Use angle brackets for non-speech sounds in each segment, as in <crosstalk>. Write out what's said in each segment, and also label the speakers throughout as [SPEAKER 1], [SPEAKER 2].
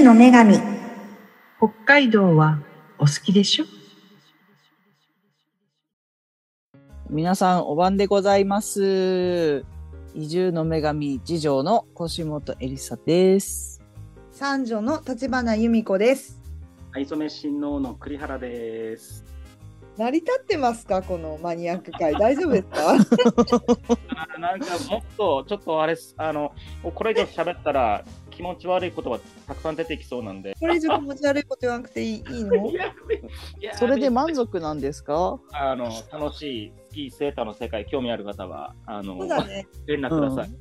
[SPEAKER 1] の女神
[SPEAKER 2] 北海道はお好きでしょ
[SPEAKER 3] 皆さんお晩でございます移住の女神次女の腰本エリサです
[SPEAKER 4] 三女の立花由美子です。
[SPEAKER 5] 藍染新王の栗原です。
[SPEAKER 4] 成り立ってますかこのマニアック会大丈夫です
[SPEAKER 1] <laughs>
[SPEAKER 4] か
[SPEAKER 5] あーなんかもっとちょっとあれっすあのこれ以上喋ったら気持ち悪い言葉たくさん出てきそうなんで。
[SPEAKER 4] これ以上気持ち悪いこと言わなくていいいいの
[SPEAKER 3] それで満足なんですか
[SPEAKER 5] あの楽しいスキーセーターの世界興味ある方はあの
[SPEAKER 4] そうだね。
[SPEAKER 5] 連絡ください。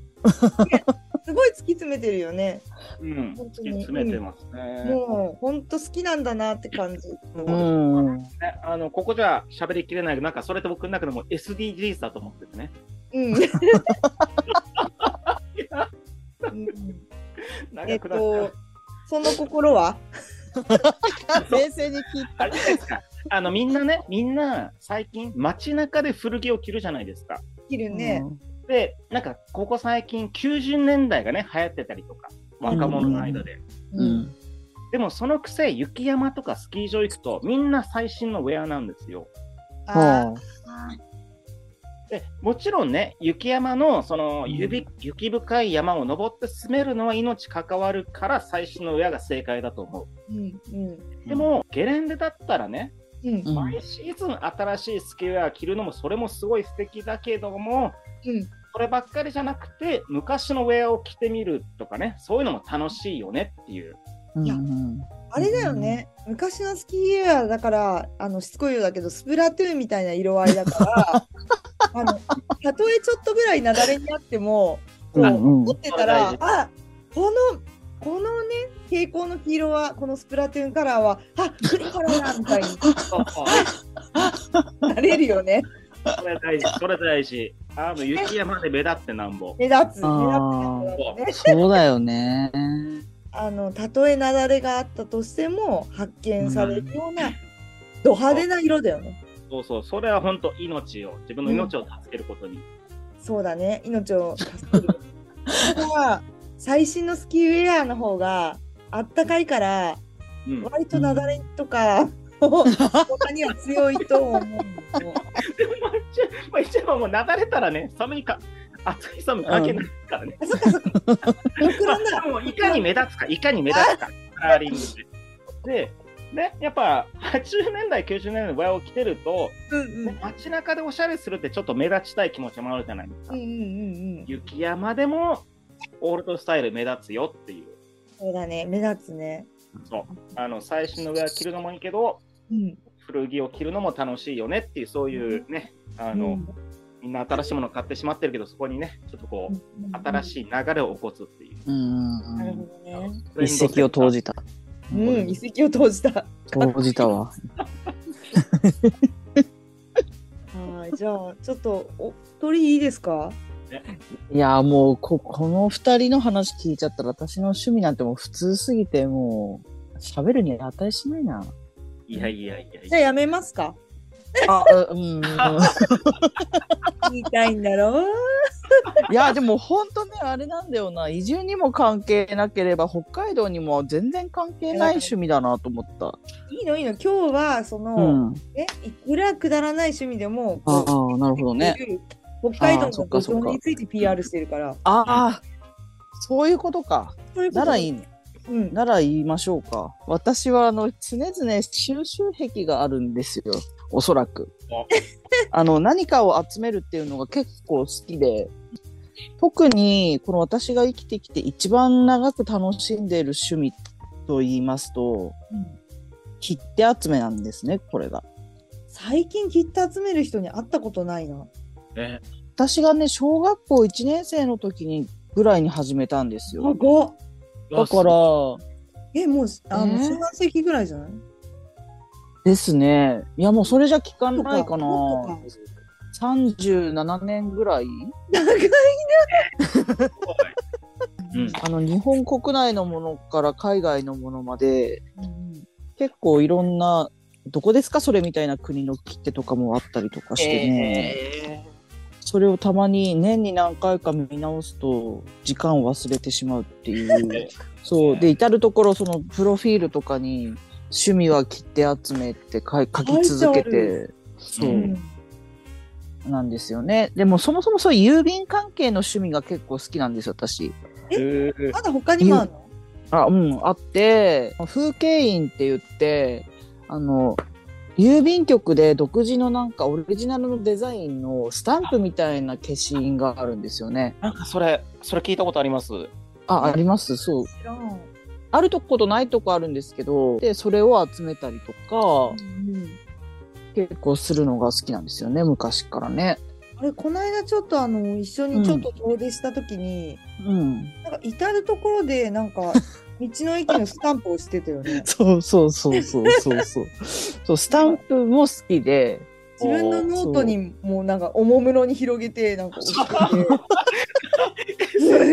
[SPEAKER 4] すごい突き詰めてるよね。
[SPEAKER 5] うん、突
[SPEAKER 4] 本
[SPEAKER 5] き
[SPEAKER 4] 当に
[SPEAKER 5] 詰めてますね。
[SPEAKER 4] もう本当好きなんだなって感じ。
[SPEAKER 3] うん
[SPEAKER 5] ねあのここじゃ喋りきれないけどなんかそれって僕の中でも SDGs だと思っててね。
[SPEAKER 4] うん。
[SPEAKER 3] <laughs>
[SPEAKER 4] うんえ
[SPEAKER 5] 長
[SPEAKER 4] っ
[SPEAKER 5] くなっちゃう
[SPEAKER 4] と、その心は
[SPEAKER 3] 冷静に聞い
[SPEAKER 5] あれじゃないですか。あのみんなねみんな最近街中で古着を着るじゃないですか。
[SPEAKER 4] 切る
[SPEAKER 3] て
[SPEAKER 4] ね。
[SPEAKER 5] で、なんかここ最近90年代がね、流行ってたりとか、若者の間で。
[SPEAKER 3] う。ん
[SPEAKER 5] でもそのくせ、雪山とかスキー場行くと、みんな最新のウェアなんですよ。
[SPEAKER 4] あ
[SPEAKER 3] は
[SPEAKER 5] でもちろんね、雪山のその指、雪深い山を登って進めるのは命関わるから、最新のウェアが正解だと思
[SPEAKER 4] あ。うんうん
[SPEAKER 5] う。でも、ゲレンデだったらね、
[SPEAKER 4] うん
[SPEAKER 3] あうん
[SPEAKER 5] 毎シーズン新しいスキーウェア着るのも、それもすごい素敵だけども、
[SPEAKER 4] うん。
[SPEAKER 5] そればっかりじゃなくて、昔のウェアを着てみるとかね、そういうのも楽しいよねっていう。
[SPEAKER 3] うん
[SPEAKER 4] いやあれだよね、昔のスキーウェアだからあのしつこいようだけどスプラトゥーンみたいな色合いだ
[SPEAKER 3] <laughs>
[SPEAKER 4] からあのたとえちょっとぐらい雪崩にあってもこう、
[SPEAKER 3] うんうん
[SPEAKER 4] 持ってたら
[SPEAKER 5] そう
[SPEAKER 4] あこのこのね蛍光の黄色はこのスプラトゥーンカラーはあクリカラーだみたいに
[SPEAKER 5] そうそう
[SPEAKER 4] なれるよ
[SPEAKER 3] <laughs>
[SPEAKER 4] ね
[SPEAKER 5] それ大事、それ大事。あの雪山で目立ってなんぼ。
[SPEAKER 4] 目立つ目立つ
[SPEAKER 3] あー
[SPEAKER 4] 目立つね
[SPEAKER 3] そうだよね
[SPEAKER 4] あのたとえ雪崩があったとしても発見されるような、ド派手な色だよね
[SPEAKER 5] そうそう、それは本当命を、自分の命を助けることに。
[SPEAKER 4] そうだね命を助けるだから最新のスキーウェアの方があったかいから
[SPEAKER 5] うん、
[SPEAKER 4] 割と雪崩とか、他には強いと思う
[SPEAKER 5] でも、まあ、一応もうなだれたらね、寒いか、暑い寒い関係ないからね。
[SPEAKER 4] あそっかそっか極
[SPEAKER 5] ま
[SPEAKER 4] 論
[SPEAKER 5] あ、
[SPEAKER 4] だ
[SPEAKER 5] でもいかに目立つか、いかに目立つか、カラーリングで。で、ね、やっぱ80年代、90年代の場合を着てると、
[SPEAKER 4] うんうんうん
[SPEAKER 5] ね街中でおしゃれするってちょっと目立ちたい気持ちもあるじゃないですか。
[SPEAKER 4] うんうん
[SPEAKER 5] 雪山でもオールドスタイル目立つよっていう。
[SPEAKER 4] そうだね目立つね
[SPEAKER 5] そうあの最新のウェア着るのもいいけど、
[SPEAKER 4] うん
[SPEAKER 5] 古着を着るのも楽しいよねっていうそういうねあの、
[SPEAKER 4] うん
[SPEAKER 5] みんな新しいものを買ってしまってるけどそこにねちょっとこう新
[SPEAKER 4] い
[SPEAKER 5] しい流れを起こすっていう
[SPEAKER 3] うん
[SPEAKER 4] なる
[SPEAKER 3] う
[SPEAKER 4] ほどね
[SPEAKER 3] ん一石を投じた
[SPEAKER 4] うん遺跡を投じた
[SPEAKER 3] 投じたわ
[SPEAKER 4] はいじゃあちょっとお一人いいですか
[SPEAKER 3] いやーもうここの二人の話聞いちゃったら私の趣味なんてもう普通すぎてもう喋るに値しないな。
[SPEAKER 5] いやいやいやい
[SPEAKER 4] じゃ
[SPEAKER 5] や
[SPEAKER 4] あやめますか <laughs>
[SPEAKER 3] あ <laughs> うん、うん、い
[SPEAKER 4] 言いたいんだろう
[SPEAKER 3] やでも本当ねあれなんだよな移住にも関係なければ北海道にも全然関係ない趣味だなと思った。
[SPEAKER 4] いいのいいの今日はその、
[SPEAKER 3] うん、
[SPEAKER 4] ね、いくらくだらない趣味でも、
[SPEAKER 3] あ
[SPEAKER 4] こ
[SPEAKER 3] あなるほど
[SPEAKER 4] う
[SPEAKER 3] ね。
[SPEAKER 4] 北海道
[SPEAKER 3] あーそ
[SPEAKER 4] の
[SPEAKER 3] っか
[SPEAKER 4] 土
[SPEAKER 3] そっか
[SPEAKER 4] 壌について PR してるから。
[SPEAKER 3] ああそういうことか。
[SPEAKER 4] そういうこと
[SPEAKER 3] ならいいね。
[SPEAKER 4] うん。
[SPEAKER 3] なら言いましょうか。私はあの常々収集癖があるんですよ。おそらく
[SPEAKER 5] あ。
[SPEAKER 3] あの何かを集めるっていうのが結構好きで、特にこの私が生きてきて一番長く楽しんでいる趣味と言いますと、切手集めなんですね、これが。
[SPEAKER 4] 最近切手集める人に会ったことないな。
[SPEAKER 5] ね
[SPEAKER 3] 私がね、小学校1年生の時にぐらいに始めたんですよ。
[SPEAKER 4] 長
[SPEAKER 3] だから、
[SPEAKER 4] え、もう、あの、
[SPEAKER 3] えー
[SPEAKER 4] 四半世紀ぐらいじゃない
[SPEAKER 3] ですね。いやもうそれじゃ聞かないかな。
[SPEAKER 4] もっとか
[SPEAKER 3] 37年ぐらい
[SPEAKER 4] 長い
[SPEAKER 5] うん
[SPEAKER 3] あの日本国内のものから海外のものまで結構いろんなどこですかそれみたいな国の切手とかもあったりとかしてね、
[SPEAKER 5] え
[SPEAKER 3] それを
[SPEAKER 4] <laughs>
[SPEAKER 3] たまに年に何回か見直すと時間を忘れてしまうっていうそうで至る所そのプロフィールとかに「趣味は切手集め」って書い書き続け
[SPEAKER 4] 書いてあ
[SPEAKER 3] てそううんなんですよねでもそもそもそういう郵便関係の趣味が結構好きなんですよ私。
[SPEAKER 4] え
[SPEAKER 5] うー
[SPEAKER 4] まだ他にもあるの
[SPEAKER 3] あうんあって風景印って言ってあの郵便局で独自のなんかオリジナルのデザインのスタンプみたいな消印があるんですよね。
[SPEAKER 5] なんかそれ、それ聞いたことあります。
[SPEAKER 3] あありますそう
[SPEAKER 4] 知らん
[SPEAKER 3] あるとことないとこあるんですけどでそれを集めたりとか
[SPEAKER 4] うん
[SPEAKER 3] 結構するのが好きなんですよね昔からね。
[SPEAKER 4] あれこの間ちょっとあの一緒にちょっと遠出した時に、
[SPEAKER 3] うん、
[SPEAKER 4] なんか至る所でなん
[SPEAKER 3] <laughs>
[SPEAKER 4] か道の駅のスタンプをしてたよね。
[SPEAKER 3] そうそうそうそうそうそう <laughs> そうスタンプも好きで
[SPEAKER 4] 自分のノートにもなんかおもむろに広げてなんか送ってて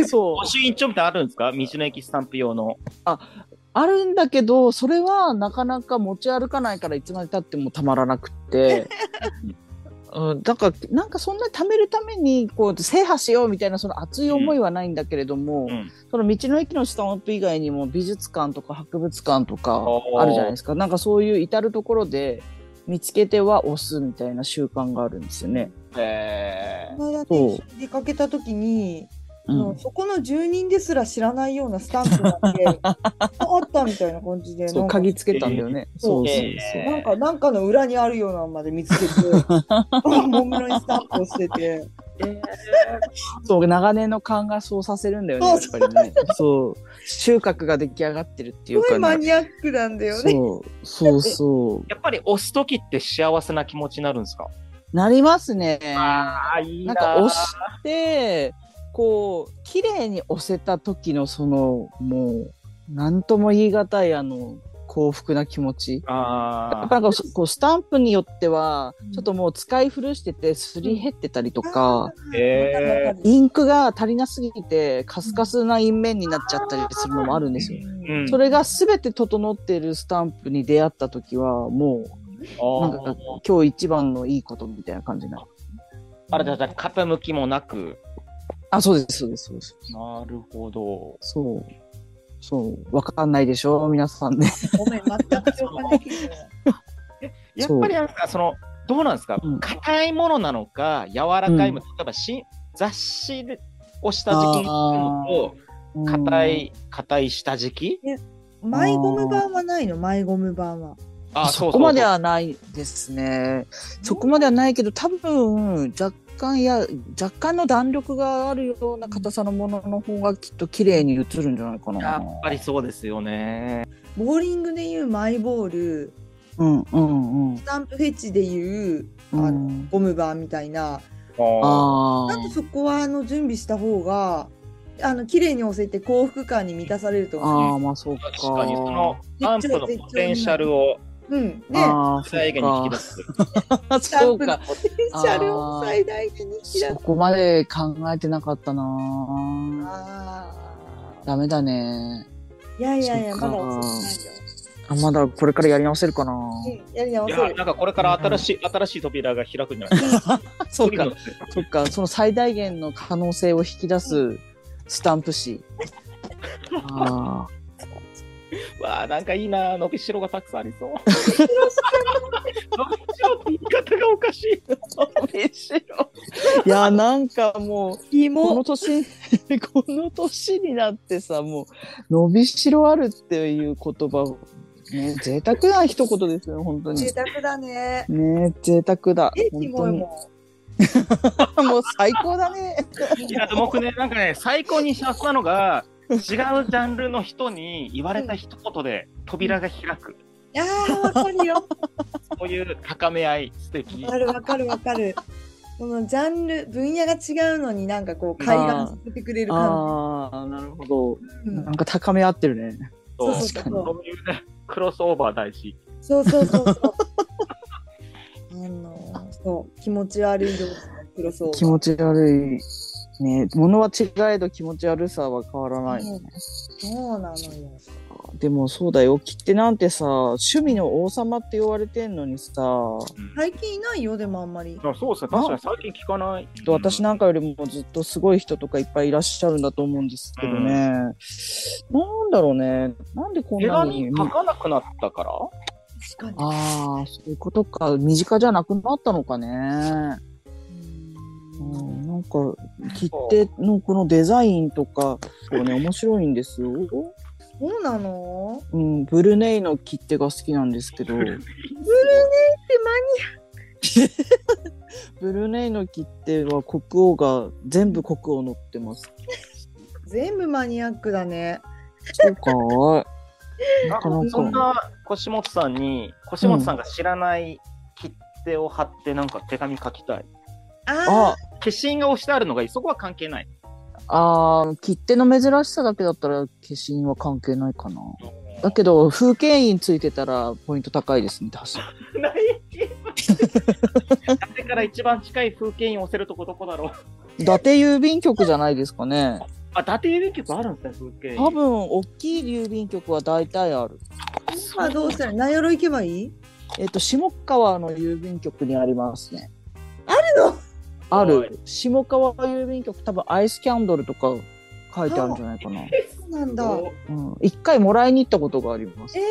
[SPEAKER 3] そう
[SPEAKER 5] 御朱印帳みたいなのあるんですか、道の駅スタンプ用の。
[SPEAKER 3] あるんだけどそれはなかなか持ち歩かないからいつまでたってもたまらなく
[SPEAKER 5] <laughs>
[SPEAKER 3] って、うん、だからなんかそんなに貯めるためにこう制覇しようみたいなその熱い思いはないんだけれども、
[SPEAKER 5] うん
[SPEAKER 3] その道の駅のスタンプ以外にも美術館とか博物館とか
[SPEAKER 5] おー
[SPEAKER 3] あるじゃないですかなんかそういう至る所で見つけては押すみたいな習慣があるんですよね。
[SPEAKER 5] え
[SPEAKER 4] この間一緒に出かけた時に、
[SPEAKER 3] う
[SPEAKER 4] も
[SPEAKER 3] ん
[SPEAKER 4] うそこの住人ですら知らないようなスタンプがあってあったみたいな感じで
[SPEAKER 3] そ
[SPEAKER 4] な
[SPEAKER 3] うん
[SPEAKER 4] か
[SPEAKER 3] 鍵つけたんだよね。そうそうそう。
[SPEAKER 4] なんかなんかの裏にあるようなのまで見つけ
[SPEAKER 3] <laughs>
[SPEAKER 4] ておもむろにスタンプをしてて。
[SPEAKER 3] そう長年の勘がそうさせるんだよねやっぱりねそう収穫が出来上がってるって
[SPEAKER 4] す
[SPEAKER 3] いう
[SPEAKER 4] ご
[SPEAKER 3] か
[SPEAKER 4] いマ
[SPEAKER 3] ね
[SPEAKER 4] ニアックなんだよね。
[SPEAKER 3] そうそうそ
[SPEAKER 5] やっぱり押す時って幸せな気持ちになるんですか。
[SPEAKER 3] うなりますねな
[SPEAKER 5] あ、いい
[SPEAKER 3] んか押してこう綺麗に押せた時のそのもう何とも言い難いあの幸福な気持ちや
[SPEAKER 5] あ
[SPEAKER 3] っぱなんかこうスタンプによっては
[SPEAKER 4] うん
[SPEAKER 3] ちょっともう使い古しててすり減ってたりと
[SPEAKER 4] あ
[SPEAKER 3] か
[SPEAKER 4] ー
[SPEAKER 5] ーえ
[SPEAKER 3] インクが足りなすぎてカスカスな印面になっちゃったりするのもあるんですよ。
[SPEAKER 5] うん
[SPEAKER 3] それが全て整っているスタンプに出会った時はもうなんか
[SPEAKER 5] ー
[SPEAKER 3] 今日一番のいいことみたいな感じになる。
[SPEAKER 5] あれだ、じゃあ傾きもなく。
[SPEAKER 3] あそうですそうですそうです。
[SPEAKER 5] なるほど。
[SPEAKER 3] そうそうわかんないでしょ皆さんね。
[SPEAKER 4] ごめん、全く共感できな
[SPEAKER 3] <laughs>
[SPEAKER 4] い。
[SPEAKER 5] やっぱりなんかそのどうなんですか
[SPEAKER 3] うん
[SPEAKER 5] 硬いものなのか柔らかいもの、例えばし雑誌を下敷きにするのと
[SPEAKER 3] うん
[SPEAKER 5] <laughs> 硬い硬い下敷き
[SPEAKER 4] マイゴム版はないのマイゴム版は。
[SPEAKER 5] あ
[SPEAKER 3] そこまで
[SPEAKER 5] あ
[SPEAKER 3] はないですね。そこまではないけど多分若干や若干の弾力があるような硬さのものの方がきっと綺麗に映るんじゃないかな。
[SPEAKER 5] やっぱりそうですよね
[SPEAKER 4] ボーリングでいうマイボール、
[SPEAKER 3] うんうんうん
[SPEAKER 4] ス。タンプフェチでいう
[SPEAKER 3] う
[SPEAKER 4] あ
[SPEAKER 3] ん
[SPEAKER 4] ゴム版みたいな。
[SPEAKER 5] あ
[SPEAKER 3] あ
[SPEAKER 4] な
[SPEAKER 3] あ
[SPEAKER 4] んとそこはあの準備した方が、あの綺麗に押せて幸福感に満たされると思う。
[SPEAKER 3] ああまあそうか。
[SPEAKER 5] 確かにそのアンプのポテンシャルを
[SPEAKER 4] うん。ね。
[SPEAKER 3] ああ
[SPEAKER 5] 最後に引き出す
[SPEAKER 4] ス
[SPEAKER 3] そ
[SPEAKER 4] タ <laughs>
[SPEAKER 3] う
[SPEAKER 4] ンプ
[SPEAKER 3] か
[SPEAKER 4] のポテンシャルを最大限に引き出す
[SPEAKER 3] そ。こまで考えてなかったな
[SPEAKER 4] ああ。
[SPEAKER 3] ダメだね
[SPEAKER 4] いやいやいや、
[SPEAKER 3] そっ
[SPEAKER 4] ま
[SPEAKER 3] か
[SPEAKER 4] だ押せて
[SPEAKER 3] あまだこれからやり直せるかな
[SPEAKER 4] ないよ。うん、やり直
[SPEAKER 5] い
[SPEAKER 4] せ
[SPEAKER 5] や
[SPEAKER 4] る。
[SPEAKER 5] なんかこれから新しい新しい扉が開くんじゃないですか
[SPEAKER 3] そうかそっかその最大限の可能性を引き出すスタンプ紙ああ
[SPEAKER 5] わあなんかいいな伸びしろがたくさんありそう伸びしろって言い方がおかしい
[SPEAKER 3] <laughs> いやなんかもうこの
[SPEAKER 4] 紐。
[SPEAKER 3] 年 <laughs> この年になってさもう伸びしろあるっていう言葉ね贅沢な一言ですよ本当に
[SPEAKER 4] 贅沢だね。
[SPEAKER 3] ね贅沢だ
[SPEAKER 4] え、キ
[SPEAKER 3] 本
[SPEAKER 4] モ
[SPEAKER 3] 当
[SPEAKER 4] い
[SPEAKER 3] に
[SPEAKER 4] も
[SPEAKER 3] もう最高だね
[SPEAKER 5] いやでも僕ねなんかね最高に幸せなのが違うジャンルの人に言われた一言で扉が開く、
[SPEAKER 4] ん。いやー、わかるよ。
[SPEAKER 5] そういう高め合い素敵
[SPEAKER 4] わかるわかるわかる。そのジャンル、分野が違うのになんかこう、海岸させてくれる感
[SPEAKER 3] ああなるほど
[SPEAKER 4] じ。うん
[SPEAKER 3] <laughs> なんか高め合ってるね
[SPEAKER 5] と
[SPEAKER 4] そう
[SPEAKER 3] そうそう
[SPEAKER 5] そういうねクロスオーバー大事
[SPEAKER 4] そうそうそうそう。あの、そう、気持ち悪い色のクロスオーバー
[SPEAKER 3] 気持ち悪いね物は違えど気持ち悪さは変わらない、
[SPEAKER 4] そうなのよ。
[SPEAKER 3] でもそうだよ。切手なんてさ、趣味の王様って言われてんのにさ、
[SPEAKER 4] 最近いないよ、でもあんまり。
[SPEAKER 5] あそうですね、確かに最近聞かない。
[SPEAKER 3] と私なんかよりもずっとすごい人とかいっぱいいらっしゃるんだと思うんですけどね。
[SPEAKER 5] うん
[SPEAKER 3] なんだろうね。なんでこん
[SPEAKER 5] 手
[SPEAKER 3] な
[SPEAKER 5] 紙
[SPEAKER 3] に。
[SPEAKER 5] 書かなくなったから
[SPEAKER 4] 確かに。
[SPEAKER 3] ああ、そういうことか。身近じゃなくなったのかね。うん、なんか、切手のこのデザインとか、こね、面白いんですよ。
[SPEAKER 4] そうなの
[SPEAKER 3] うん、ブルネイの切手が好きなんですけど、ブルネイの切手は国王が全部国王乗ってます。
[SPEAKER 4] 全部マニアックだね。
[SPEAKER 3] そうかい。なかな
[SPEAKER 5] そん
[SPEAKER 3] か。
[SPEAKER 5] な腰本さんに、腰本さんが知らない切手を貼って、なんか手紙書きたい。
[SPEAKER 4] あ
[SPEAKER 3] あ
[SPEAKER 4] あ、
[SPEAKER 5] 消印が押してあるのがいい、そこは関
[SPEAKER 4] <laughs>
[SPEAKER 5] 係ない。
[SPEAKER 3] あー、切手の珍しさだけだったら、化身は関係ないかな。だけど、風景印ついてたら、ポイント高いですね、確かに。
[SPEAKER 5] ないあれから一番近い風景印押せるとこどこだろう。
[SPEAKER 3] 伊達郵便局じゃないですかね。
[SPEAKER 5] あ、伊達郵便局あるんですね、風景
[SPEAKER 3] 多
[SPEAKER 5] 印。
[SPEAKER 3] 分、大きい郵便局は大体ある。
[SPEAKER 4] 今はどうしたら、名寄行けばいい
[SPEAKER 3] えっと、下川の郵便局にありますね。
[SPEAKER 4] の
[SPEAKER 3] あ
[SPEAKER 5] は
[SPEAKER 3] る。下川郵便局、多分、アイスキャンドルとか書いてあるんじゃないかな。
[SPEAKER 4] そうなんだ。
[SPEAKER 5] どう
[SPEAKER 3] うん一回もらいに行ったことがあります
[SPEAKER 4] え。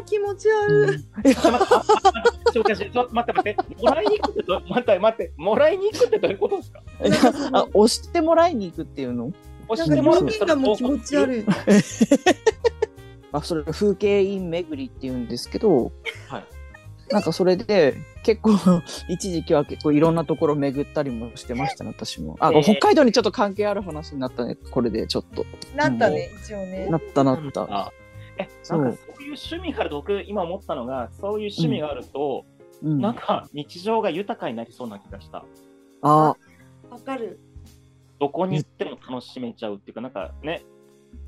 [SPEAKER 4] ー、気持ち悪い。
[SPEAKER 5] ちょっと待ってちょっと待って、待って、もらいに行くってど、待って、待って、もらいに行くってどういうことですか
[SPEAKER 3] うん
[SPEAKER 4] なんかその
[SPEAKER 3] あ押してもらいに行くっていうの
[SPEAKER 5] 押
[SPEAKER 4] な
[SPEAKER 5] し
[SPEAKER 4] ん
[SPEAKER 5] て
[SPEAKER 4] か
[SPEAKER 5] もらっ
[SPEAKER 4] 表
[SPEAKER 5] て
[SPEAKER 4] 現がもう気持ち悪い。
[SPEAKER 3] あそれ風景印巡りっていうんですけど、
[SPEAKER 5] はい
[SPEAKER 3] なんかそれで結構 <laughs> 一時期は結構いろんなところ巡ったりもしてましたね私もあ、
[SPEAKER 5] えー
[SPEAKER 3] 北海道にちょっと関係ある話になったねこれでちょっと
[SPEAKER 4] なったね、一応ね
[SPEAKER 3] な。ったなった
[SPEAKER 5] え、なんかそういう趣味から僕今思ったのが、そういう趣味があると、
[SPEAKER 3] うん
[SPEAKER 5] なん
[SPEAKER 3] あ
[SPEAKER 5] か日常が豊かになりそうな気がした。
[SPEAKER 3] あ
[SPEAKER 4] わかる。
[SPEAKER 5] どこに行っても楽しめちゃうっていうか、なんかね、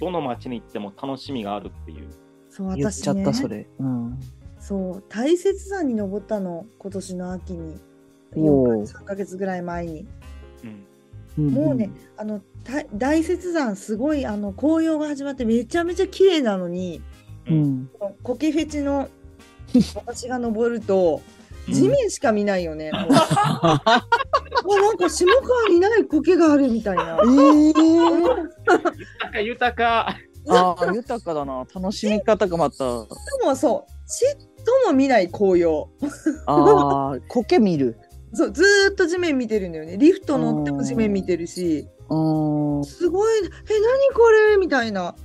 [SPEAKER 5] どの街に行っても楽しみがあるっていう。
[SPEAKER 4] そう、
[SPEAKER 3] 言っち
[SPEAKER 4] 私
[SPEAKER 3] ゃっ
[SPEAKER 4] ね
[SPEAKER 3] た。それ、うん
[SPEAKER 4] そう、大雪山に登ったの、今年の秋に。
[SPEAKER 3] おー
[SPEAKER 4] 4ヶ月ぐらい前に。
[SPEAKER 5] うん
[SPEAKER 3] ん
[SPEAKER 4] もうね、あのた大雪山すごいあの紅葉が始まってめちゃめちゃ綺麗なのに
[SPEAKER 3] うん
[SPEAKER 4] コケフェチ
[SPEAKER 3] <laughs>
[SPEAKER 4] の私が登ると
[SPEAKER 3] うん
[SPEAKER 4] 地面しか見ないよ
[SPEAKER 3] <laughs>
[SPEAKER 4] ね。もうあなんか下川にない苔があるみたいな。
[SPEAKER 3] えー、
[SPEAKER 5] なんか豊か。
[SPEAKER 3] ああ豊かだな楽しみ方がまた
[SPEAKER 4] でもそうちっとも見ない紅葉。
[SPEAKER 3] ああ苔見る
[SPEAKER 4] そうずーっと地面見てるんだよね。リフト乗っても地面見てるし
[SPEAKER 3] うん
[SPEAKER 4] すごいえ何これみたいな。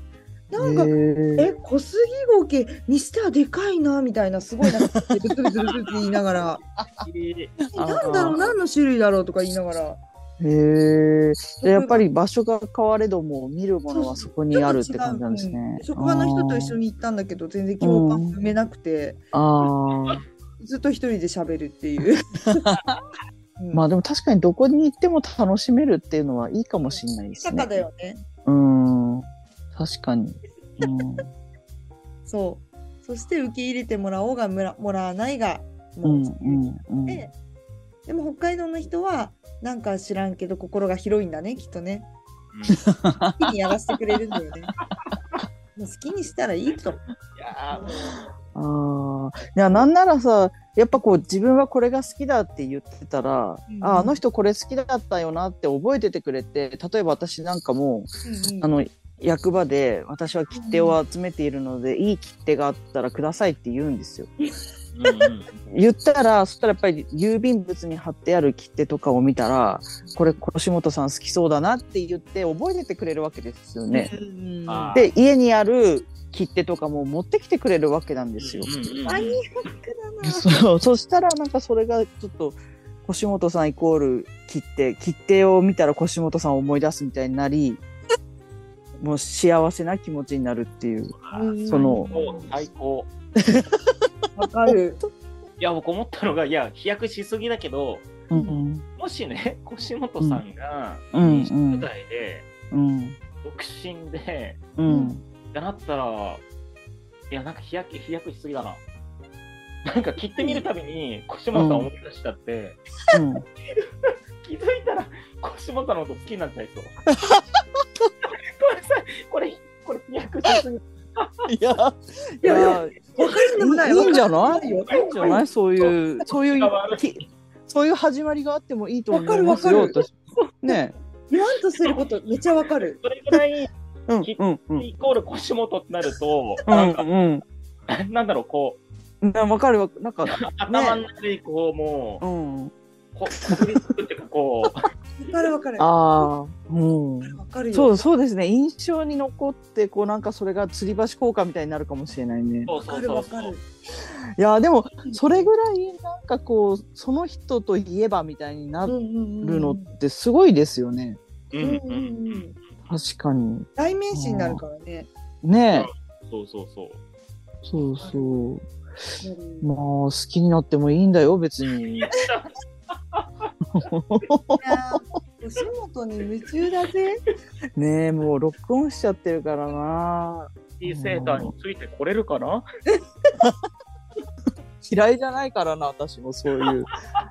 [SPEAKER 4] なんか
[SPEAKER 3] へー
[SPEAKER 4] え小杉苔にしてはでかいなみたいなすごいなんかブツブツブツブツって言いながらえ
[SPEAKER 3] あー
[SPEAKER 4] なんだろう何の種類だろうとか言いながら
[SPEAKER 3] へえ。でやっぱり場所が変われども見るものはそこにあるって感じなんですね。
[SPEAKER 4] ちょっと違ううん職場の人と一緒に行ったんだけど全然共感埋めなくて、
[SPEAKER 3] あー。あ
[SPEAKER 4] ずっと一人で喋るっていう、
[SPEAKER 3] ーまあでも確かにどこに行っても楽しめるっていうのはいいかもしれないです
[SPEAKER 4] 豊
[SPEAKER 3] ね
[SPEAKER 4] か。だよね
[SPEAKER 3] うん。確かに。うん
[SPEAKER 4] そうそして受け入れてもらおうがもらもらわないが
[SPEAKER 3] う
[SPEAKER 4] も
[SPEAKER 3] ん
[SPEAKER 4] う
[SPEAKER 3] うんうん。
[SPEAKER 4] ででも北海道の人はなんか知らんけど心が広いんだねきっとね好きにやらせてくれるんだよ
[SPEAKER 3] <laughs>
[SPEAKER 4] ねもう好きにしたらいいと
[SPEAKER 5] いやーもう
[SPEAKER 3] ああ。いやなんならさ。やっぱこう自分はこれが好きだって言ってたら、
[SPEAKER 4] うん
[SPEAKER 3] ああの人これ好きだったよなって覚えててくれて例えば私なんかもう
[SPEAKER 4] うんうん
[SPEAKER 3] あの役場で私は切手を集めているので、いい切手があったらくださいって言うんですよ。
[SPEAKER 5] うんうん
[SPEAKER 3] 言ったらそしたらやっぱり郵便物に貼ってある切手とかを見たらこれ腰本さん好きそうだなって言って覚えててくれるわけですよね。
[SPEAKER 4] うん
[SPEAKER 5] あー
[SPEAKER 3] で家にある切手とかも持ってきてくれるわけなんですよ。
[SPEAKER 5] うんうんうん
[SPEAKER 4] マニアックだな。
[SPEAKER 3] <laughs> そうそしたらなんかそれがちょっと腰本さんイコール切手切手を見たら腰本さんを思い出すみたいにな <laughs> りもう幸せな気持ちになるっていう。
[SPEAKER 4] うん
[SPEAKER 3] その
[SPEAKER 5] もう最高。
[SPEAKER 4] わかる。
[SPEAKER 5] いや、僕思ったのが、いや、飛躍しすぎだけど、
[SPEAKER 3] うん
[SPEAKER 5] もしね、腰本さんが
[SPEAKER 3] うん
[SPEAKER 5] 20代で、
[SPEAKER 3] うん
[SPEAKER 5] 独身で、
[SPEAKER 3] うん
[SPEAKER 5] ってなったら、いや、なんか飛躍、飛躍しすぎだな。なんか切ってみるたびに、腰本さん思い出しちゃって、
[SPEAKER 3] うん
[SPEAKER 5] 気づいたら、腰本さんのこと好きになっちゃいそう。これさ、これ、これ飛躍しすぎ。
[SPEAKER 3] いや、い
[SPEAKER 4] いやいや
[SPEAKER 3] や、
[SPEAKER 4] わかるんでもない
[SPEAKER 3] いいんじゃない
[SPEAKER 4] いよ
[SPEAKER 5] いいん
[SPEAKER 3] じゃないいそういう、そういう
[SPEAKER 5] が
[SPEAKER 4] <laughs>
[SPEAKER 5] 悪い
[SPEAKER 3] き、そういう始まりがあってもいいと思います
[SPEAKER 4] わ
[SPEAKER 3] よ。
[SPEAKER 4] かるわ
[SPEAKER 3] 私ね
[SPEAKER 4] 言わんとすることめっちゃわかる
[SPEAKER 5] それぐらい
[SPEAKER 3] え、うん
[SPEAKER 5] き
[SPEAKER 3] うんうん
[SPEAKER 5] イコール腰元ってなると、
[SPEAKER 3] うん
[SPEAKER 5] なんだろう、こう、
[SPEAKER 3] うん。なわかるわ、なんか、
[SPEAKER 5] 頭の中でこう、もう、
[SPEAKER 3] うん。
[SPEAKER 5] ここびりつくっていうか、こう、
[SPEAKER 4] わかるわかるわ
[SPEAKER 3] ああ、うん。
[SPEAKER 4] かるよ
[SPEAKER 3] そうそうですね印象に残ってこうなんかそれが吊り橋効果みたいになるかもしれないね
[SPEAKER 5] そう
[SPEAKER 4] わ
[SPEAKER 5] そ
[SPEAKER 4] か
[SPEAKER 5] う
[SPEAKER 4] る
[SPEAKER 5] そ
[SPEAKER 4] わ
[SPEAKER 5] うそ
[SPEAKER 4] か
[SPEAKER 5] う
[SPEAKER 4] る。
[SPEAKER 3] いやでもそれぐらいなんかこうその人といえばみたいになるのってすごいですよね
[SPEAKER 5] う
[SPEAKER 4] うんんうん
[SPEAKER 5] う
[SPEAKER 4] うんんうん
[SPEAKER 3] 確かに
[SPEAKER 4] 代名詞になるからね
[SPEAKER 3] ね
[SPEAKER 5] そうそうそう。
[SPEAKER 3] えそうそう
[SPEAKER 4] うん
[SPEAKER 3] まあ好きになってもいいんだよ別に
[SPEAKER 4] いやー吉本に夢中だぜ
[SPEAKER 3] ね <laughs> えもうロックオンしちゃってるからな
[SPEAKER 5] シーセーターについてこれるかな
[SPEAKER 3] 嫌いじゃないからな私もそういう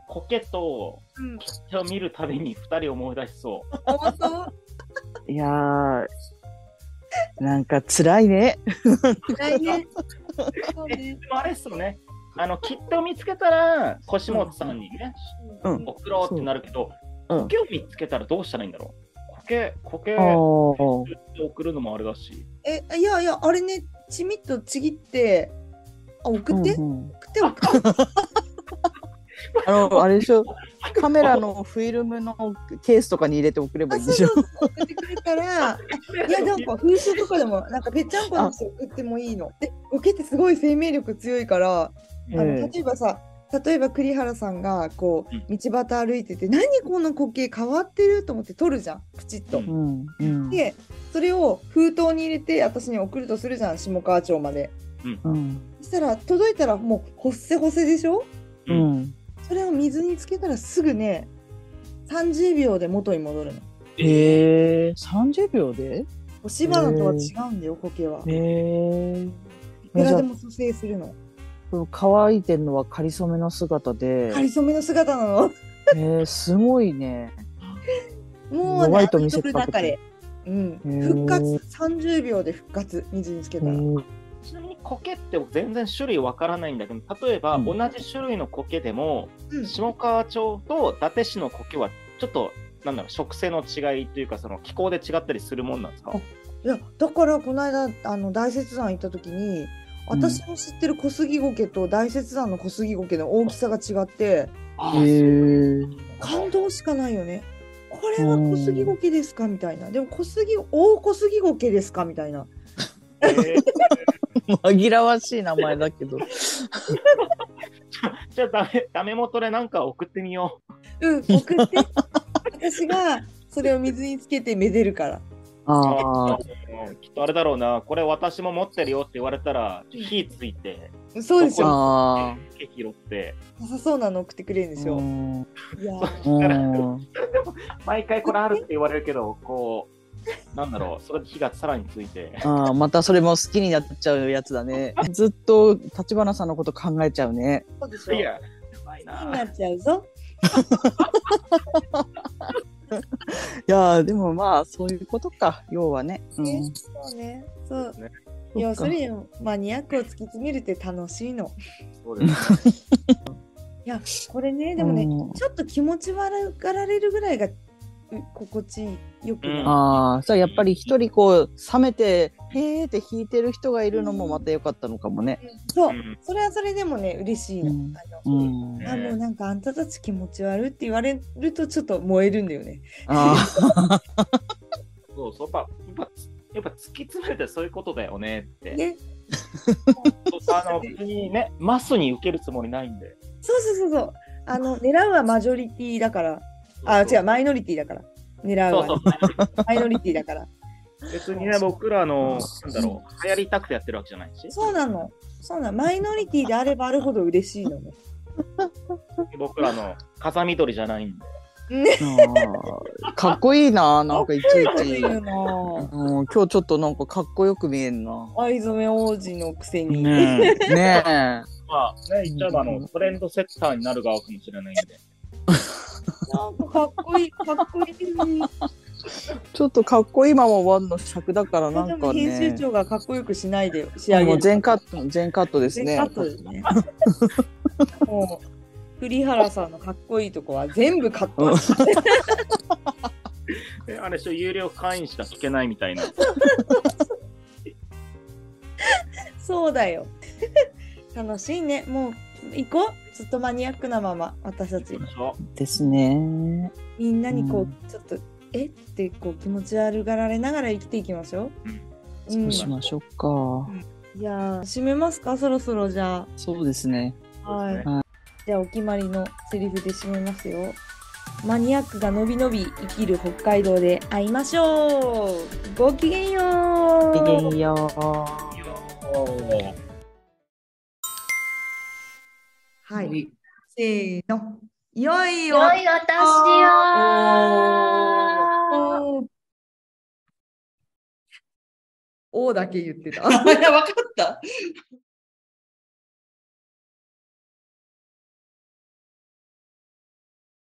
[SPEAKER 5] コケと
[SPEAKER 4] うん
[SPEAKER 5] 手を見るたびに2人思い出しそう。
[SPEAKER 4] 本当
[SPEAKER 3] <laughs> いやーなんか辛いね
[SPEAKER 4] 来年そうね
[SPEAKER 5] でもあれっすよね。あの、きっと見つけたら、腰元さんにね、
[SPEAKER 3] うん
[SPEAKER 5] 送ろうってなるけど、
[SPEAKER 3] うん
[SPEAKER 5] コケを見つけたらどうしたらいいんだろうコケ、コケ
[SPEAKER 3] あー
[SPEAKER 5] 送るのもあれだし。
[SPEAKER 4] えいやいやあれねちみっとちぎってあ送って、
[SPEAKER 3] うんうん
[SPEAKER 4] 送って送って
[SPEAKER 3] あの、あれでしょ、カメラのフィルムのケースとかに入れて送れば
[SPEAKER 4] あ
[SPEAKER 3] いいん
[SPEAKER 4] そ
[SPEAKER 3] で
[SPEAKER 4] う
[SPEAKER 3] し
[SPEAKER 4] そ
[SPEAKER 3] ょ
[SPEAKER 4] う。そう送ってくれたらいやなんか風習とかでもなんかぺっちゃんこの人送ってもいいの。で受けてすごい生命力強いからあの
[SPEAKER 3] ええ
[SPEAKER 4] 例えばさ例えば栗原さんがこ
[SPEAKER 5] うん
[SPEAKER 4] う道端歩いてて何この固形変わってると思って取るじゃんプチッと。
[SPEAKER 3] うん、うん、
[SPEAKER 4] でそれを封筒に入れて私に送るとするじゃん下川町まで。
[SPEAKER 3] うん、
[SPEAKER 4] そしたら届いたらもうほっせほせでしょ
[SPEAKER 3] うん。
[SPEAKER 4] それを水につけたらすぐね30秒で元に戻るの。
[SPEAKER 3] ええー、三十秒で。
[SPEAKER 4] 押し花とは違うんだよ固形は。
[SPEAKER 3] ええ
[SPEAKER 4] い
[SPEAKER 3] ー。
[SPEAKER 4] く
[SPEAKER 3] じ
[SPEAKER 4] ら
[SPEAKER 3] ゃ
[SPEAKER 4] で
[SPEAKER 3] あ
[SPEAKER 4] も蘇生するの。
[SPEAKER 3] その乾いてるのは仮初めの姿で。
[SPEAKER 4] 仮染めの姿な
[SPEAKER 3] <laughs>
[SPEAKER 4] の。
[SPEAKER 3] ええー、すごいね。
[SPEAKER 4] もう、
[SPEAKER 3] ホ
[SPEAKER 4] ね、
[SPEAKER 3] ワイト見せ
[SPEAKER 4] ア
[SPEAKER 3] かけて
[SPEAKER 4] イドルだかれ。うん、
[SPEAKER 3] へー
[SPEAKER 4] 復活30秒で復活水につけたら、
[SPEAKER 3] うん
[SPEAKER 5] ちなみにコケって全然種類わからないんだけど、例えば
[SPEAKER 3] うん
[SPEAKER 5] 同じ種類のコケでも、
[SPEAKER 4] うん
[SPEAKER 5] 下川町と伊達市のコケはちょっと、なんだろう、植生の違いというか、その気候で違ったりするもんなんですか
[SPEAKER 4] あいやだからこの間あの大雪山行った時に私の知ってる小杉ゴケと大雪山の小杉ゴケの大きさが違って
[SPEAKER 5] あ
[SPEAKER 3] ええー。
[SPEAKER 4] 感動しかないよねこれは小杉ゴケですかみたいなでも小杉大小杉ゴケですかみたいな
[SPEAKER 5] えー
[SPEAKER 3] 紛らわしい名前だけど。
[SPEAKER 5] じゃあダメ、ダメ元でなんか送ってみよ
[SPEAKER 4] うん送
[SPEAKER 3] <laughs>
[SPEAKER 4] って私がそれを水につけてめでるから
[SPEAKER 5] う。
[SPEAKER 3] ああ。
[SPEAKER 5] うんきっとあれだろうな、これ私も持ってるよって言われたら、火ついて、
[SPEAKER 4] そうですよ
[SPEAKER 3] ああ。
[SPEAKER 5] 毛拾って、
[SPEAKER 4] なさそうなの送ってくれるんですよ、
[SPEAKER 3] うん。
[SPEAKER 4] いやー
[SPEAKER 3] うん
[SPEAKER 5] 毎回これあるって言われるけど、こう、なんだろう、それで火がさらについて。
[SPEAKER 3] ああ、またそれも好きになっちゃうやつだね。ずっと立花さんのこと考えちゃうね。
[SPEAKER 4] そうでしょ
[SPEAKER 5] いや、やばい
[SPEAKER 4] 好きにな
[SPEAKER 5] な。
[SPEAKER 4] っちゃうぞ。
[SPEAKER 3] いやーでもまあそういうことか要はね。う
[SPEAKER 4] ね
[SPEAKER 3] ん、
[SPEAKER 4] そうね。そう。
[SPEAKER 3] か
[SPEAKER 4] 要するにマニアックを突き詰めるって楽しいの。
[SPEAKER 5] そうですね
[SPEAKER 4] いや、これね、でもね、
[SPEAKER 3] うん
[SPEAKER 4] ちょっと気持ち悪がられるぐらいがう心地よくない、
[SPEAKER 5] うん
[SPEAKER 3] ああそれやっぱり一人こう冷めてへーって弾いてる人がいるのもまた良かったのかもね。
[SPEAKER 4] そうう。
[SPEAKER 5] ん
[SPEAKER 4] それはそれでもね、嬉しいの。
[SPEAKER 3] うん
[SPEAKER 4] あ
[SPEAKER 3] う
[SPEAKER 4] の
[SPEAKER 3] ん、
[SPEAKER 5] ね
[SPEAKER 4] あもうなんかあんたたち気持ち悪いって言われるとちょっと燃えるんだよね。
[SPEAKER 3] あ
[SPEAKER 5] そうそう、やっぱ、やっぱ、やっぱ突き詰めてそういうことだよねって。
[SPEAKER 4] ね。
[SPEAKER 5] あの、別にね、マスに受けるつもりないんで。
[SPEAKER 4] そうそうそうそう。あの狙うはマジョリティだから。あ違うマイノリティだから。狙う
[SPEAKER 5] そう
[SPEAKER 4] は
[SPEAKER 5] そう。
[SPEAKER 4] マイノリティだから。
[SPEAKER 5] 別にね、僕らあの、なんだろう、流行りたくてやってるわけじゃないし、
[SPEAKER 4] そうなの。そうなのマイノリティであればあるほど嬉しいのね。
[SPEAKER 5] 僕らの風見鳥じゃないんで。
[SPEAKER 4] ね。
[SPEAKER 3] ーあーかっこいいななんかいち
[SPEAKER 4] <laughs>
[SPEAKER 3] いち。うん
[SPEAKER 4] よな。
[SPEAKER 3] 今日ちょっとなんかかっこよく見えんな。
[SPEAKER 4] 藍染め王子のくせに。
[SPEAKER 3] ねえ。ねえ。
[SPEAKER 5] まあ、ね、言っちゃえばあの、トレンドセッターになる側かもしれないんで。
[SPEAKER 4] なんかかっこいい、かっこいい。
[SPEAKER 3] ちょっとかっこいいままワンの尺だからな
[SPEAKER 4] で
[SPEAKER 3] ん
[SPEAKER 4] も
[SPEAKER 3] か
[SPEAKER 4] 編
[SPEAKER 3] ね
[SPEAKER 4] 集。長がかっこよくしないで仕上
[SPEAKER 3] も
[SPEAKER 4] げ
[SPEAKER 3] う
[SPEAKER 4] る。
[SPEAKER 3] 全カット全カットです
[SPEAKER 4] 全
[SPEAKER 3] ね
[SPEAKER 4] カ。ットですね。 <laughs> もう栗原さんのかっこいいとこは全部カット。
[SPEAKER 5] えあれでしょ、有料会員しか聞けないみたいな。
[SPEAKER 4] そうだよ。 <laughs> 楽しいね。もう行こう。ずっとマニアックなまま私たち
[SPEAKER 5] でしょ
[SPEAKER 3] ですね。
[SPEAKER 4] みんなにこう、
[SPEAKER 3] う
[SPEAKER 4] ちょっとえってこう気持ち悪がられながら生きていきましょう。
[SPEAKER 3] そ
[SPEAKER 4] ん
[SPEAKER 3] うしましょうか。
[SPEAKER 4] いやー締めますかそろそろじゃ
[SPEAKER 3] そうですね。
[SPEAKER 4] あ。
[SPEAKER 5] そうですね
[SPEAKER 4] じゃあお決まりのセリフで締めますよ。マニアックがのびのび生きる北海道で会いましょう。ごきげんよう。
[SPEAKER 3] ごきげんよう。
[SPEAKER 4] は。
[SPEAKER 2] はいい。せーの。よいよ。
[SPEAKER 1] 良いお年を
[SPEAKER 2] おーおーだけ言ってた。いや、わかった。